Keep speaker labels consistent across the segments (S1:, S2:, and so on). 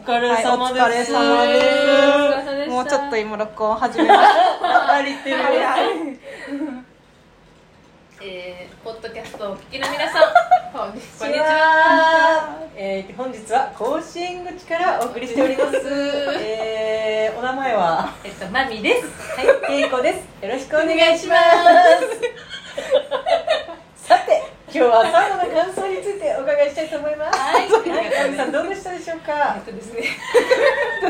S1: 疲れ
S2: はい、お
S1: 様
S2: 疲れ
S1: です。
S2: 様
S3: お疲れ様
S2: で
S3: でし
S2: す。
S3: た
S2: もうちょっと今録音始めました。
S1: 疲れてる。
S2: はい
S3: えー、ポッドキャストをお聞きの皆さん、こんにち
S1: こんに
S3: は。
S1: ちは。えー、本日は甲子園口からお送りしております。えー、お名前は
S3: えっと、まみです。
S1: はい、けいこです。よろしくお
S3: お。
S1: 願いしますす。さて、今日はサウナの感想についてお伺いしたいと思います。
S3: はい
S1: はい、かみさんどうでしたでしょう
S3: えっ
S1: か。
S3: とですね、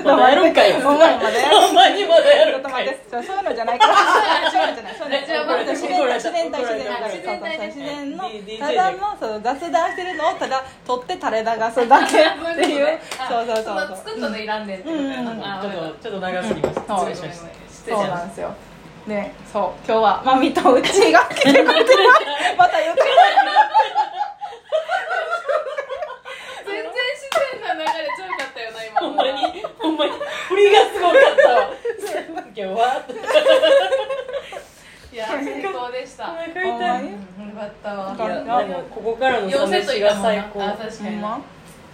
S1: まだやるんかい
S2: お前まで。
S1: ほんまにまだ
S2: ちょっと待って、そういうのじゃないから。そういうのじゃない。そういうのじゃない。自然体、自然体、自然体。自然の、ただの、その雑談してるのを、ただ、取って垂れ流すだけっていう。そうそうそう
S3: の作ったのいらんねんってことや
S2: うん
S3: な。あ
S1: ちょっとちょっと長すぎまし
S2: う
S1: た。
S2: ん
S1: 失礼しました。
S2: そう。そ
S3: 失礼
S2: う
S3: しま
S2: な
S3: し
S2: んですよ。ね、そう、今日は、まみとうちが来てくれてます。また言って
S3: た。全然自然な流れちゃうかったよな、今。
S1: ほんまにほんまに振りがすごかったわ。今日は。
S3: いや、最高でした。
S1: 腹
S2: ほんま
S1: 痛い
S2: に
S3: う。ん、よかったわ
S1: い。やでもここからの
S3: 妖
S1: 試
S3: 精と
S1: し
S3: いた
S1: が
S3: もん
S1: 最
S3: な。あ、
S1: 高。
S2: ほ
S3: 確かに
S2: ん
S3: な。
S2: ま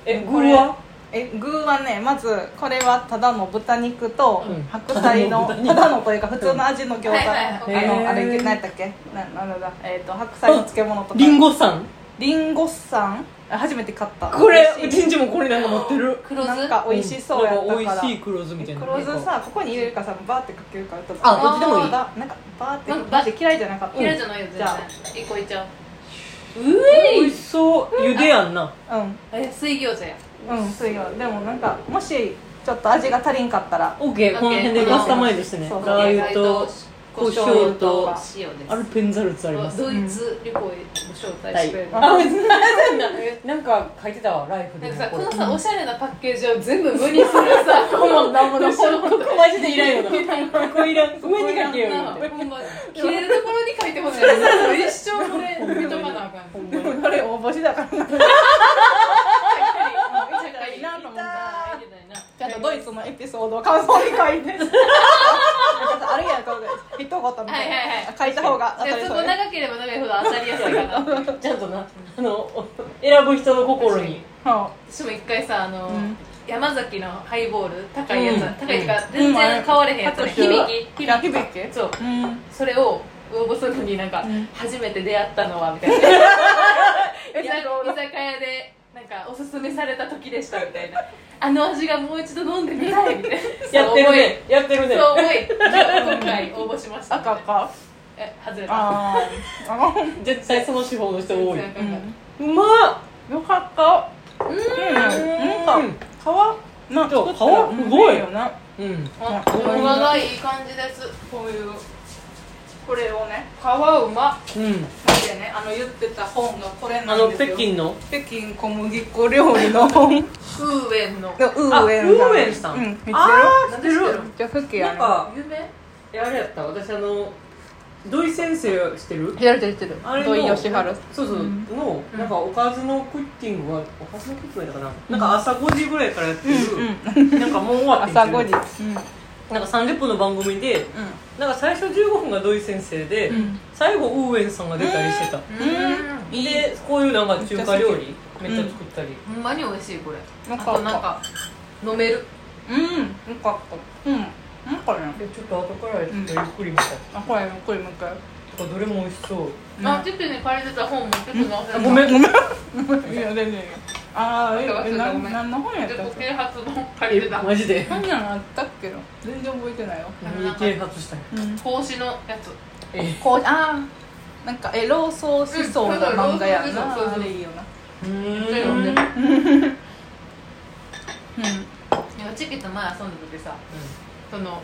S1: えこれは？
S2: え具はねまずこれはただの豚肉と
S1: うん
S2: 白菜の、
S1: ただの豚肉
S2: ただのというか普通の味の餃子、
S3: はいはいはい
S2: あ
S1: へー
S2: のあれ何だっけななんだえっ、と白菜の漬物とか
S1: リンゴさん。
S2: リンゴさんあ初めて買った
S1: これ
S2: 美
S1: う
S2: 味
S1: ち
S2: し
S1: んちもこれなんか持ってる。
S3: 黒
S2: い
S3: 酢
S2: なんか美味しそうやった
S1: なんか
S2: から、
S1: 美味しい黒酢みたいな。
S2: 黒酢さここに入れるかさバーってかけるからどっち
S1: あ
S3: どっちでもいい
S2: バーなんかバーって
S3: なんか
S2: バーって嫌いじゃなかった
S3: 嫌いじゃないよ、全
S2: じ
S3: 然
S2: ゃあ。
S3: 一個いっちゃ
S1: 美味しそう。茹でやんな。
S2: うん
S3: う。え、水餃子や。
S2: うんそうよでもなんかもしちょっと味が足りん かったら
S1: オッケ
S3: オ
S1: ー
S3: ッケー
S1: この辺でカスタマイズしてね。
S2: そう
S1: ラー油と胡
S3: 胡
S1: 椒
S3: 椒
S1: と
S3: と塩です
S1: アルペンザルツあります。
S3: ドイツ旅行へご招待してくれる、
S2: はい
S1: 別にななんか書いてたわライフ
S3: なん
S1: の
S3: かさ
S1: こ
S3: こ
S1: れ
S3: のさおしゃれなパッケージを全部無にするさこのなんも
S1: こここマジでいらんよなここいらん上に書けよ
S3: な
S1: みたいな
S3: ほんま切れるところに書いてほしいそれ一生これ認めなあかん
S1: ほん
S2: で
S1: ま
S2: もこれ応募しだから
S3: いいなと思った
S2: ちゃんとドイツのエピソードを感想に書いてなんかさあるやんこう一言みたいな、
S3: はいはいはい
S2: 書いた方が当たり
S3: そ
S2: そう
S3: こ
S2: ね
S3: 長ければ長いほど当たりやすいかな
S1: ちゃんとなあの選ぶ人の心に
S2: は
S3: 私も一回さあの、
S2: うん
S3: 山崎のハイボール高いやつ、
S1: うん
S3: 高いとか全然買われへんやつ、
S2: うん
S3: 響き
S2: い
S3: 響
S2: 響き
S3: きそう
S2: うん
S3: それを応募するのになんか、
S2: うん
S3: 初めて出会ったのはみたいな 居酒居酒屋でなんかおすすめされた時でしたみたいな あの味がもう一度飲んでみたいみたい な
S1: やってるねやってるね
S3: そう思いそう思い 今回応募しました
S2: 赤か
S3: え外れた
S2: あーあ
S1: 絶対その手法の人多い
S3: 全然赤
S2: う
S3: か
S1: うま
S3: っ
S1: っ
S2: んよかった
S3: うん
S2: うんなんか
S1: うん
S2: 皮な
S1: そう
S2: 作ったら
S1: 皮すごい
S2: よな
S1: うん
S3: あ
S2: うん
S3: 生姜がいい感じですこういう
S2: これをね
S3: 皮うま
S1: うん
S2: 見てねあの言ってた本がこれ
S1: あ
S2: なん
S1: の
S2: ですよ
S1: 北京の
S2: 北京小麦粉料理の本
S3: ウーエンの
S2: のウーエン
S1: あウーエンさん
S2: うん見てる
S1: あ
S3: 知ってる
S2: めっちゃ好きや
S1: なん
S2: ね
S1: か
S3: 有名
S1: いやあれやった私あの土井先生してる
S2: 知られてる知ってる
S1: あれの
S2: 土井善晴
S1: そうそう、
S2: うん
S1: の
S3: うん
S1: なんかおかずのクッキングはおかずのクッキングだったかな、なんか朝5時ぐらいからやってる、なんかもう終わってん
S2: 朝
S1: けど
S2: 5時うん
S1: なんか30分の番組でなんか最初15分が土井先生で、
S2: うん
S1: 最後ウーエンさんが出たりしてた、
S3: うん
S1: でこういうなんか中華料理めっちゃ作ったり、
S3: ほんまに美味しいこれ
S2: よ
S3: あ
S2: か
S3: と
S2: った
S3: なんか飲める
S2: うんよかったうんなんかね
S1: でちょっと後からちょっとゆっくり見た、
S2: あこれゆっくりもう一回
S1: とかどれも美味しそう
S3: あ、ティップに借りてた本持ってくの忘れた
S1: ごめんごめん
S2: いや全然いいよああえ
S3: なんか忘れ
S2: え
S3: た
S2: な
S3: ごめん
S2: 何の本やっ
S3: 自
S2: たっ
S3: 己
S2: け
S3: 啓発本借りてた
S1: マジで
S2: 何やのあったっけな全然覚えてないよ
S1: 何啓発したんや
S2: うん
S3: 孔子のやつ
S1: え
S2: こうああなんかエロそう思想な漫画や
S3: うん
S2: な
S3: そうそうそう
S2: あれいいよな
S1: う
S3: そういうの
S1: ー
S3: で
S1: ん
S3: も
S2: うん
S3: いやチキと前遊んだ時さその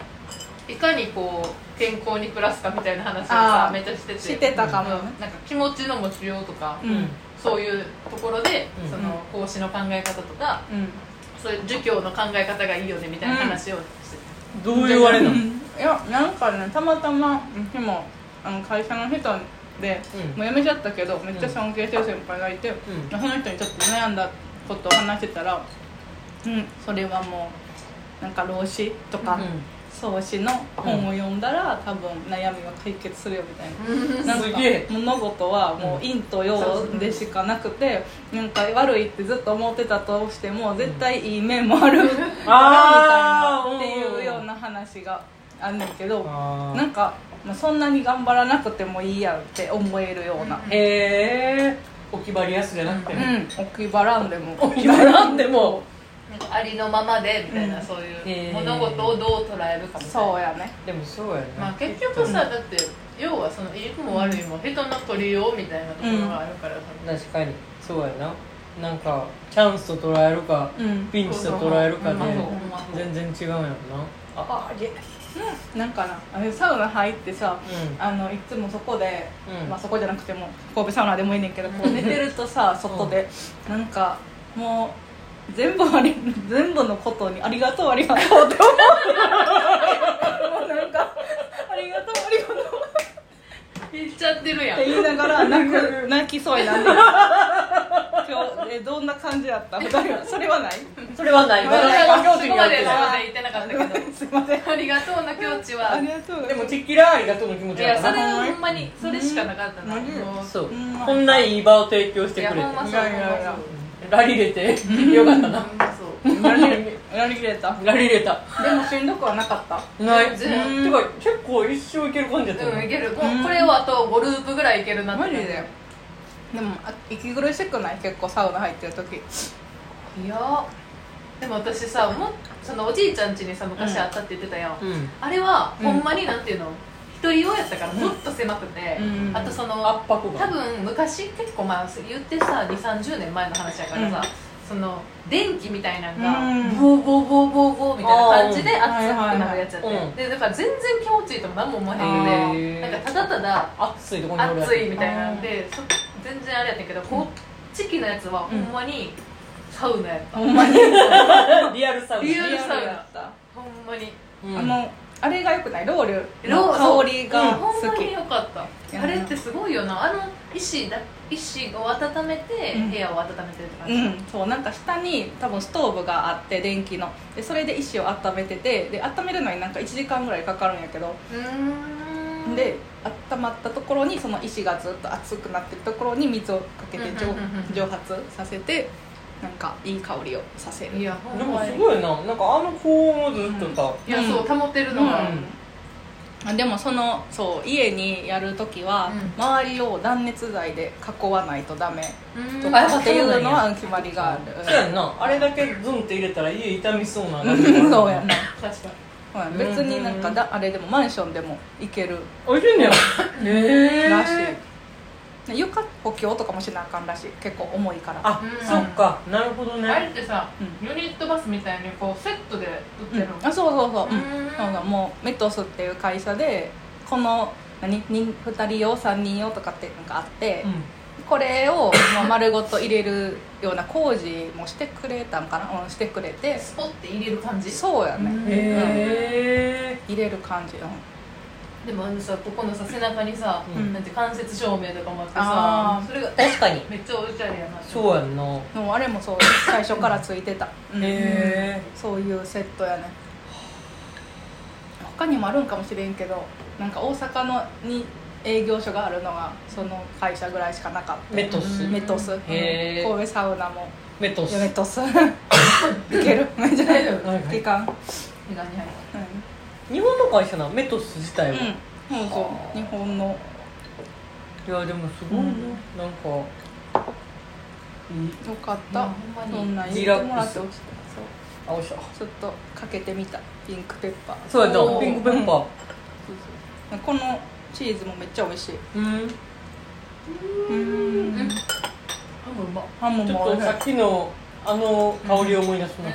S3: いかにこう健康に暮らすかみたいな話をさ
S2: あー
S3: めっちゃしてて
S2: してたか
S3: うん
S2: も
S3: なんか気持ちの持ちようとか、
S2: うんうん
S3: そういうところで、
S1: うん
S3: その孔子の考え方とかそういう儒教の考え方がいいよねみたいな話をして
S1: どういうあれなの、
S2: うんいやなんかねたまたまでもあの会社の人で、
S1: うん
S2: もう辞めちゃったけどめっちゃ尊敬してる先輩がいて、その人にちょっと悩んだことを話してたら、うん、それはもうなんか老子とか、
S1: うん
S2: 荘氏の本を読んだら、多分悩みは解決するよみたいな
S3: うん
S2: なん
S1: す
S2: か
S1: げえ
S2: 物事はもう陰と陽でしかなくてなんか悪いってずっと思ってたとしても絶対いい面もあるなみたい
S1: あー
S2: なって
S1: うん
S2: いうような話があんねんけど
S1: あ
S2: なんか、まあ、そんなに頑張らなくてもいいやんって思えるような、
S1: ーへえ置き場リアスじゃなくて
S2: う
S1: ね、
S2: ん、置き場らんでも
S1: 置き場なんでも
S3: なんかありのままでみたいな、
S2: うん
S3: そう
S1: へー
S3: いう物事をどう捉えるかみたいな
S2: そうやね
S1: でもそうやね、
S3: まあ結局さだって要はそのいいも悪いも人の取りようみたいなところがあるから、
S1: 確かにそうやななんかチャンスと捉えるか、
S2: うん
S1: ピンチと捉えるかで
S3: そうそうほんまそう
S1: 全然違うんやろなあ
S2: あげなんかなあれサウナ入ってさ
S1: うん
S2: あのいつもそこで、
S1: うん
S2: まあ、そこじゃなくても神戸サウナでもいいねんけどこう寝てるとさ外で、なんかもう全部あり全部のことにありがとうありがとうって思う もうなんかありがとうありがとう
S3: 言っちゃってるやん
S2: って言いながら泣く泣きそうになんねん今日えどんな感じ やった二人はそれはない
S1: それはない
S3: そ
S1: まだない
S3: こま
S1: 境
S3: で
S1: 地
S3: そ
S1: に
S3: こま
S1: は行
S3: で
S1: っ
S3: 言ってなかったけど
S2: すいません
S3: ありがとうな境地
S2: あ
S3: は
S2: りがとう
S1: てないでもチッキラーありがとうの気持
S3: い
S1: ち
S3: や
S1: や
S3: そ
S1: か
S3: れ
S1: ら
S3: はほんまにそれしかなかったな、もう
S1: そう
S2: うん
S1: こんないい場を提供して
S3: いや
S1: くれて
S3: ほんまそう
S2: いやいやいや
S1: ラリれてよかったな
S3: ほんまそう
S2: やりやりきれた
S1: ラリれた
S2: でもしんどくはなかった
S1: ない
S3: 全然
S1: てか結構一生いける感じやったよ
S3: うんい
S1: ね
S3: けるここれをあと5ループぐらいいけるなって
S2: マジででもあ息苦しくない結構サウナ入ってる時
S3: いやでも私さもそのおじいちゃん家にさ昔あったって言ってたやん、
S1: うん
S3: あれは
S2: うん
S3: ほんまになんていうの、一人用やったからもっと狭くて、
S2: うん
S3: あとその
S1: 圧迫
S3: 多
S1: が
S3: 分昔結構まあ言ってさ2 3 0年前の話やからさ、
S2: うん
S3: その電気みたいな
S2: う
S3: の
S2: ん
S3: がボーボーボーボーボーみたいな感じで熱くなるやつやって、
S1: はいはいはいうん
S3: でだから全然気持ちいいとも何も思わへんく
S1: へー
S3: てなんかただただ
S1: 熱いとこにおるやつ
S3: 暑いみたいなんでそ全然あれやったけどこっち期のやつはほんまにサウナやった、
S2: ほんまに
S1: リアルサウナ
S3: リアルサウナ
S2: やった
S3: ほんまに
S1: うん
S2: あのあれがよくないロール
S3: ロ
S2: の
S3: ーそう
S2: 香りが好
S3: ほんま
S2: き
S3: によかったあれってすごいよなあの石だ石を温めて
S2: うん
S3: 部屋を温めてるって感
S2: う
S3: じ、
S2: ん、そうなんか下に多分ストーブがあって電気のでそれで石を温めててで温めるのになんか1時間ぐらいかかるんやけど
S3: うーん
S2: で温まったところにその石がずっと熱くなってるところに水をかけて蒸
S3: うんうんうんうん
S2: 蒸発させてなんかいい香りをさせる
S3: いやほ
S1: で
S3: ん
S1: も
S3: まに
S1: すごいななんかあの高音をずっとさ
S3: いやそう保てるのが、
S1: うん
S2: うん、でもそのそう家にやる時は、
S3: う
S2: 周りを断熱材で囲わないとダメ
S3: うん
S2: と
S1: あ
S2: か
S1: そうなんや
S2: っていうのは決まりがある
S1: そうやんなあれだけズンって入れたら家痛みそうな
S2: うんそうやな
S3: 確か
S2: そうやな別になんかだあれでもマンションでも行ける
S1: おいしいんだよへ
S2: らしい、で床補強とかもしなあかんらしい結構重いから
S1: あ
S3: うん
S1: そっかなるほど
S3: にあれ
S1: ね
S3: ってさ、
S2: う
S3: ユニットバスみたいにこうセットで
S2: う
S3: 売って
S2: ん
S3: るの、
S2: あそうそうそう、うん
S3: うん
S2: そうそうもうメトスっていう会社でこの何人2人用3人用とかっていうのがあって、
S1: う
S2: これをまあ丸ごと入れるような工事もしてくれたんかな、うん、してくれて
S3: スポッて入れる感じ
S2: そうや
S3: う
S2: ね
S1: んへ
S2: 入れる感じ、うん、
S3: でもあのさここのさ背中にさ、
S1: うん
S3: なんて間接照明とかもあって
S2: あ
S3: さ
S2: ー
S3: それが
S1: 確かに
S3: めっちゃおしゃれやな
S1: そうやんな
S2: でもあれもそう最初からついてた、うん
S1: へ
S2: そういうセットやね他にもあるんかもしれんけどなんか大阪のに営業所があるのがその会社ぐらいしかなかった
S1: メトス
S2: メトス、うん
S1: へー
S2: 神戸サウナも
S1: メト
S2: い
S1: ス
S2: やメトス いけるめっちゃ
S3: 大丈夫
S1: はいはい
S2: 期間
S3: 何入る
S2: うん
S1: 日本の会社なメトス自体は
S2: うん、そうそう日本の
S1: いやでもすごいな
S2: うん
S1: なんかいい
S2: よかった、
S3: うんほんまに
S2: そんなん言ってもらってほしい
S1: あおいしょ
S2: そうちょっとかけてみたピンクペッパー
S1: そうや
S3: お
S1: な
S3: ー
S1: ピンクペッパ
S2: うんこのチーズもめっちゃ美味しい
S1: ーうんち
S2: うん
S3: うん多分うま
S2: ハムも
S1: ょっと
S2: 美味し
S1: さ
S2: い
S1: っきのあの香りを思い出すな
S3: う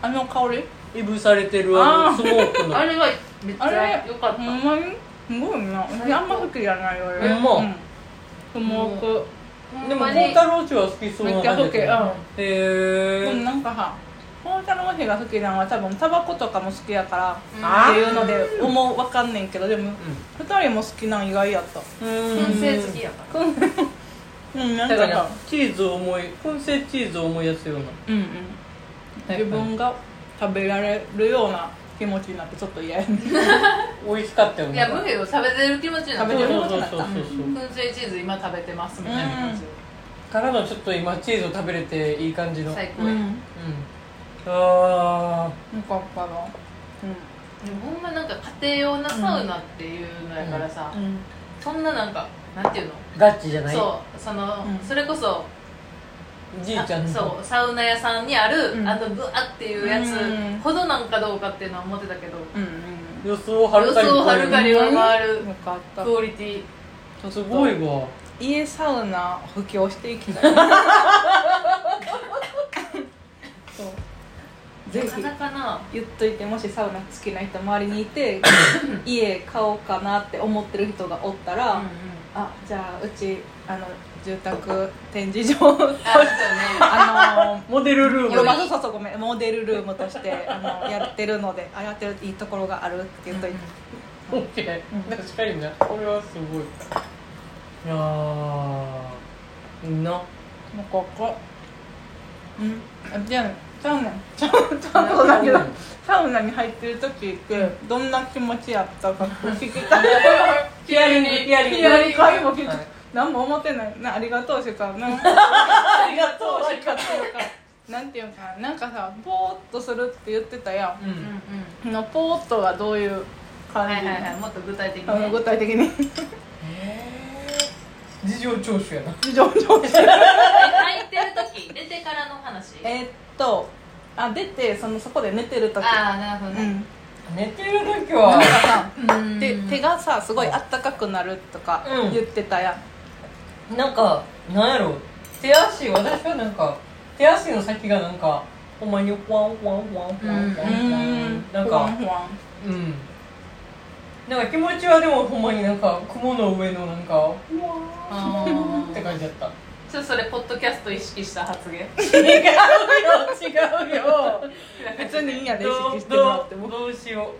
S2: あの香り
S1: いぶされてるあ
S2: あー
S1: のスモーク
S3: ん
S1: の
S3: あれはめっち
S2: あ
S3: ゃ
S2: れ
S3: 良かった
S2: ほんまにすごいな私あんま好きじゃないよ
S1: ほんま
S2: うんスモーク
S1: でも
S3: ほんまに
S1: 孝太郎氏は好きそう
S2: め
S1: な
S2: っちゃ
S1: 感
S2: 好
S1: じ
S2: きう
S1: だった
S2: ん
S1: よ
S2: で
S1: へ
S2: も
S1: え
S2: なんかさ孝太郎氏が好きなのは多分タバコとかも好きやから
S1: あー
S2: っていうので思うわかんねんけどでも
S1: う
S2: 二人も好きなん意外やった
S1: ん
S3: 燻製好きやから
S2: うんなん
S1: だ
S2: か
S1: か
S2: さ
S1: らチーズを思い燻製チーズを思い出すような
S2: うんうん自分が食べられるような気持ちになってちょっと嫌やね
S1: 美味しかったよ
S3: い
S1: ね
S3: や無理よ食べてる気持ちに
S1: そ
S3: な
S1: う
S2: 食
S3: った
S2: べてる
S1: そうそうそうそう
S3: 燻製チーズ今食べてますみたいな感じ
S1: からのちょっと今チーズを食べれていい感じのうん
S3: 最高
S2: う
S3: や、
S2: ん
S1: あ
S2: よかったな
S3: でもほんまなんか家庭用なサウナっていうのやからさ、
S2: うん、うん、
S3: そんななんかなんていうの、
S1: ーガチじゃない
S3: そうその、
S2: うん
S3: それこそ
S1: じいちゃん
S3: あ
S1: の
S3: そうサウナ屋さんにある、
S2: うん
S3: あのブワっていうやつ
S2: うん
S3: ほどなんかどうかっていうのは思ってたけど
S2: うん
S1: 予想をはるかに
S3: 予想をはるかに上回
S2: うん
S3: る
S2: よかった
S3: クオリティ
S1: すごいわ
S2: 家サウナ布教していきたいそうぜ
S3: なか
S2: ひ
S3: なかな
S2: 言っといてもしサウナ好きな人周りにい て家買おうかなって思ってる人がおったら、
S3: うんうん
S2: あじゃあうちあの住宅展示 場
S3: あそうね
S2: あ
S1: モデルル
S2: の
S1: ー
S2: ご
S1: ム
S2: めんそうそうごめんモデルルームとしてあのやってるのであやってるいいところがあるって言っといて、
S1: オッケー
S2: うん
S1: 確かにねこれはすごいいやーいいな
S2: もうここうんあじゃあサウナちゃんちゃんとだけど
S1: うん
S2: サウナに入ってる時ってどんな気持ちやったか聞きたい
S1: ヒアリングヒアリング
S2: やりかいも聞く、
S1: はい
S2: 何も思ってないなありがとうしか なん
S1: ありがとうしか
S2: なんていうのかななんかさぼーっとするって言ってたや
S1: うん
S3: うんうん
S1: ん
S2: んのぼーっとはどういう感
S3: は
S2: じ、
S3: いはいはいもっと具体的に
S2: あの具
S3: ね
S2: 体的に
S1: 事情聴取やな
S2: 事情上
S3: 入ってる時出てからの話
S2: えーっとあ出てそのそこで寝てる時
S3: ああなるほ
S2: う
S3: ど
S2: ん
S3: ね、
S1: 寝てる時
S2: なん
S1: は
S2: かさ
S3: うん
S2: で手がさすごいあったかくなるとか
S1: うん
S2: 言ってたやん
S1: なんかなんやろ手足私はなんか手足の先がなんかほんまにワンワンワンワンワン
S3: う
S1: ワンなんか
S2: ふわん
S1: うんなんか気持ちはでもほんまになんか雲の上のなんかふわ
S3: あ
S1: ー
S3: ー
S1: って感じだった
S3: ちょっとそれポッドキャスト意識した発言
S1: 違うよ違うよ
S2: ふわん別にいいんやで意
S1: ど
S2: 識
S1: う
S2: してもら
S1: ど
S2: っても
S1: うどうしよ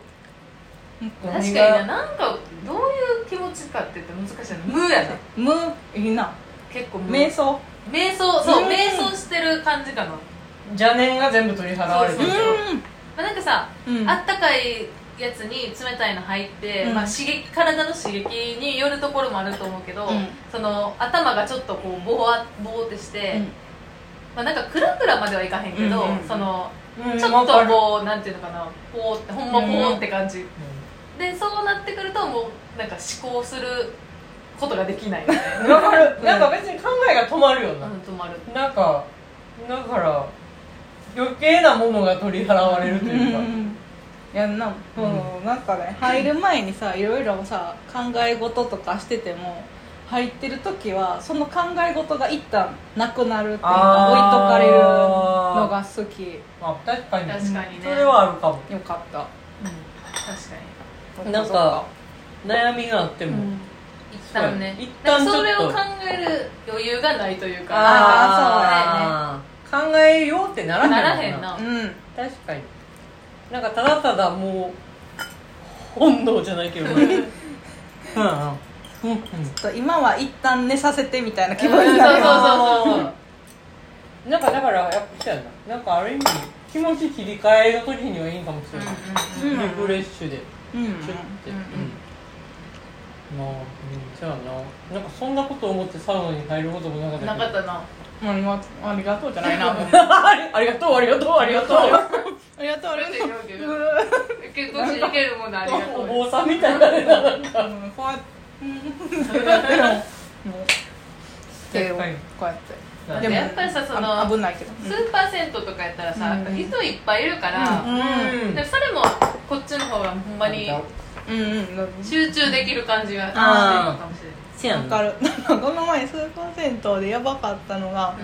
S1: う
S3: 確かにななんかどういう気持ちかって言って難しいな無やな
S2: むいいな
S3: 結構無
S2: 瞑想
S3: 瞑想そう、
S1: うん
S3: 瞑想してる感じかな、ま
S1: 邪念が全部取り払われてる
S3: そうあ、なんかさ、
S2: うん
S3: あったかいやつに冷たいの入って、
S2: うん
S3: まあ、刺激体の刺激によるところもあると思うけど、
S2: うん
S3: その頭がちょっとこうぼわぼーってして、
S2: うん
S3: まあ、なんかクラクラまではいかへんけど、
S1: うんうんうん
S3: その
S1: うん
S3: ちょっ
S1: わか
S3: と
S1: る
S3: こうなんていうのかなほーってほんまほーって感じ、
S1: う
S3: でそうなってくるともうなんか思考することができない、ね、
S1: んわかるなんか別に考えが止まるよ
S3: うん
S1: な
S3: 止まる
S1: なんかだから余計なものが取り払われると
S2: う
S1: いうか、
S2: んやんな、
S1: う
S2: うん、なんかね入る前にさいろいろさ考え事とかしてても入ってる時はその考え事が一旦なくなるっていうか
S1: あー
S2: 置いとかれるのが好き
S1: あ確かに
S3: 確かにね
S1: それはあるかも
S2: よかった
S3: うん確かに
S1: なんか悩みがあって
S2: う
S1: も、
S2: ん
S3: 一旦ね
S1: 一旦ちょっと
S3: それを考える余裕がないというか
S1: ああそうだよね考えようってならへんも
S3: ならへんな
S2: うん
S1: 確かになんかただただもう本能じゃないけ どねうんうんうんうん
S2: と今は一旦寝させてみたいな気
S3: うん
S2: 分になるよ
S3: そうそうそうそう
S1: なんかだからやっぱそうやななんかある意味気持ち切り替えの時にはいいかもしれない、
S3: うんうん
S2: うん
S1: リフレッシュで
S2: うんうん
S1: シュって、
S3: うん
S1: まあ、うん、そうやななんかそんなこと思ってサウナに入ることもなかっ
S3: うん
S1: た
S3: なかっ
S1: け
S3: たな
S2: ありが ありがとうじゃないな
S1: どありありがとうありがとうありがとう
S2: ありがとうありがと う
S3: 結構しにけるものありがと
S1: お
S3: う
S1: 坊さんみたいなねなんか
S2: うんこうやってうんやってるもんもう手をこうやって
S3: だっ
S2: で
S3: て
S2: も
S3: やっぱりさそ
S2: あ
S3: の
S2: 危ないけど
S3: スーパー銭湯とかやったらさ
S2: うん
S3: やっぱ人いっぱいいるから
S2: うん
S3: でそれもこっちの方がほんまに
S2: うんうんうん
S3: 集中できる感じがしてるのかもしれない
S1: せや
S2: わ
S1: ん
S2: かるなんかこの前スーパー銭湯でやばかったのが、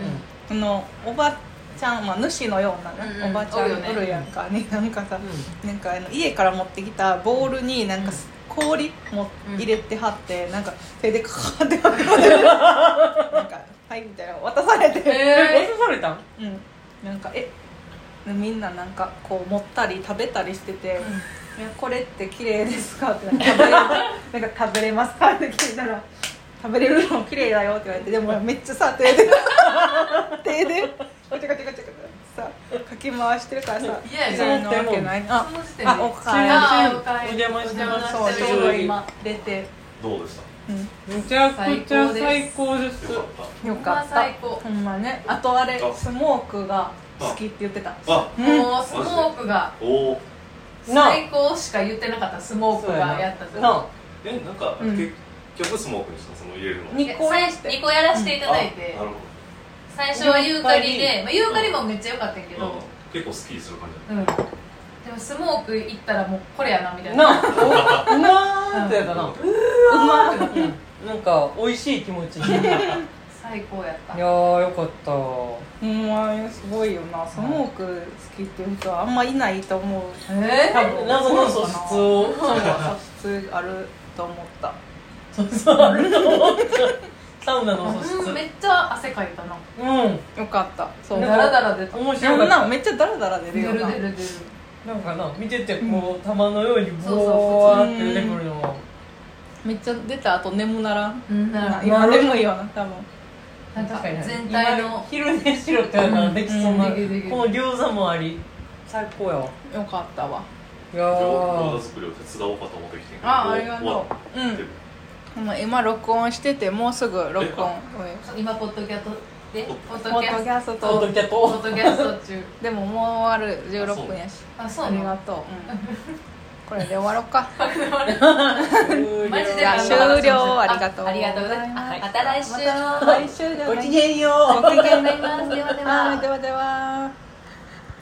S2: あのおばちゃん、まあ、主のようなね、
S3: うんうん
S2: おばちゃん
S3: おるよね
S2: おるやんかになんかさ、
S1: う
S2: なんかあの家から持ってきたボールになんかす氷も
S3: うん
S2: 入れてはって、なんか手でカーってかかってなんか「はい」みたいな渡されて、
S1: え
S3: え
S1: 渡されたん
S2: うんなんかえみんななんかこう持ったり食べたりしてて「いやこれって綺麗ですか?」ってなんか食べれなんか食べれますか?」って聞いたら「食べれるの綺麗だよ」って言われてでもめっちゃさ手で手でガチャガチャガチャガチャさかき回してるからさ
S3: いやい
S2: そ
S3: や
S2: んなわけないあ
S3: その時点で
S2: あおかえり
S3: あおかえり
S1: お邪魔してます
S3: お邪魔して
S1: そうちょうど
S3: 今
S1: 今
S3: 出て
S4: どうでした
S1: めちゃくちゃ最高です
S4: よかっ
S2: よ
S3: ま
S2: か
S3: あ
S2: っ
S3: 最
S2: た
S3: 高
S2: ほんまねあとあれ
S4: あ
S2: スモークが好きって言ってた
S4: たあ
S2: うん
S3: もうスモークが
S4: おお
S1: なあ
S3: 最高しか言ってなかったスモークがやった時
S1: なあ
S4: えなんか、
S2: うん
S4: 結局スモークにしたのその入れるの
S2: に
S3: え
S2: こうやっ
S3: 最
S2: て
S3: 二個やらせていただい
S4: あ
S3: て
S4: なるほ
S3: 最初はユーカリで、まあ、ユーカリ
S4: うん
S3: もめっちゃ良かったんやけ
S4: ど、
S3: ど
S4: うん、結構スッキリする感じ
S3: うんでもスモーク行ったらもうこれやなみたい
S1: な
S3: な
S1: あおうまーってやったなうまーってなんか美味しい気持ちになったい
S3: 最高やった
S1: やーよかった
S2: ほんまにすごいよなスモーク好きっていう人はあんまいないと思う
S3: え
S1: 多分謎の素質を
S2: そうは素質あると思った
S1: 素質あると思ったサウナの素質
S3: うんめっちゃ汗かいたな
S1: うん
S2: よかったそう
S1: なん
S3: ダ
S1: か
S3: ラダラ出た
S1: 面
S2: でも
S1: 白かっ
S2: な
S1: た
S2: めっちゃダラダラ出る
S3: 出
S2: よ
S3: る
S2: な
S3: 出る出る
S1: なんかな見ててこう玉のように
S3: そうそう
S1: ボワーって出てくるのも
S2: めっちゃ出た後眠ならん
S3: うんな
S2: な
S3: ら
S2: 今眠いよな多分
S3: なんか全
S1: 今
S3: 体の
S1: 昼寝しろって言われたらできそうな、
S3: うんできるできる
S1: この餃子もあり最高やわ
S2: よかったわ
S1: いや
S4: 餃子
S1: ー
S4: 作りを手伝おうかと思ってきてんけど
S2: あありがとうう
S4: 終わって
S2: んほんま今録音しててもうすぐ録音
S3: 今ポッドキャストでポッ
S2: ポ
S3: ドキ
S2: ッド
S3: ャ
S2: キ
S3: ス
S2: ャス
S1: トー
S2: ト
S1: トキャッ
S3: トポッ
S1: ト
S3: ドキャスト中
S2: でももう終わる16分やし
S3: あそ
S2: あ
S3: う
S2: り
S3: な
S2: が
S3: の
S2: とう、うんこれで終わる か
S3: マジで
S2: じゃあ終了ありがとう
S3: ありがとうございますまた来週
S2: また来週じゃ
S1: ご
S2: な
S1: き
S2: い
S1: げんよう
S3: ごきげんようではでは
S2: あーではでは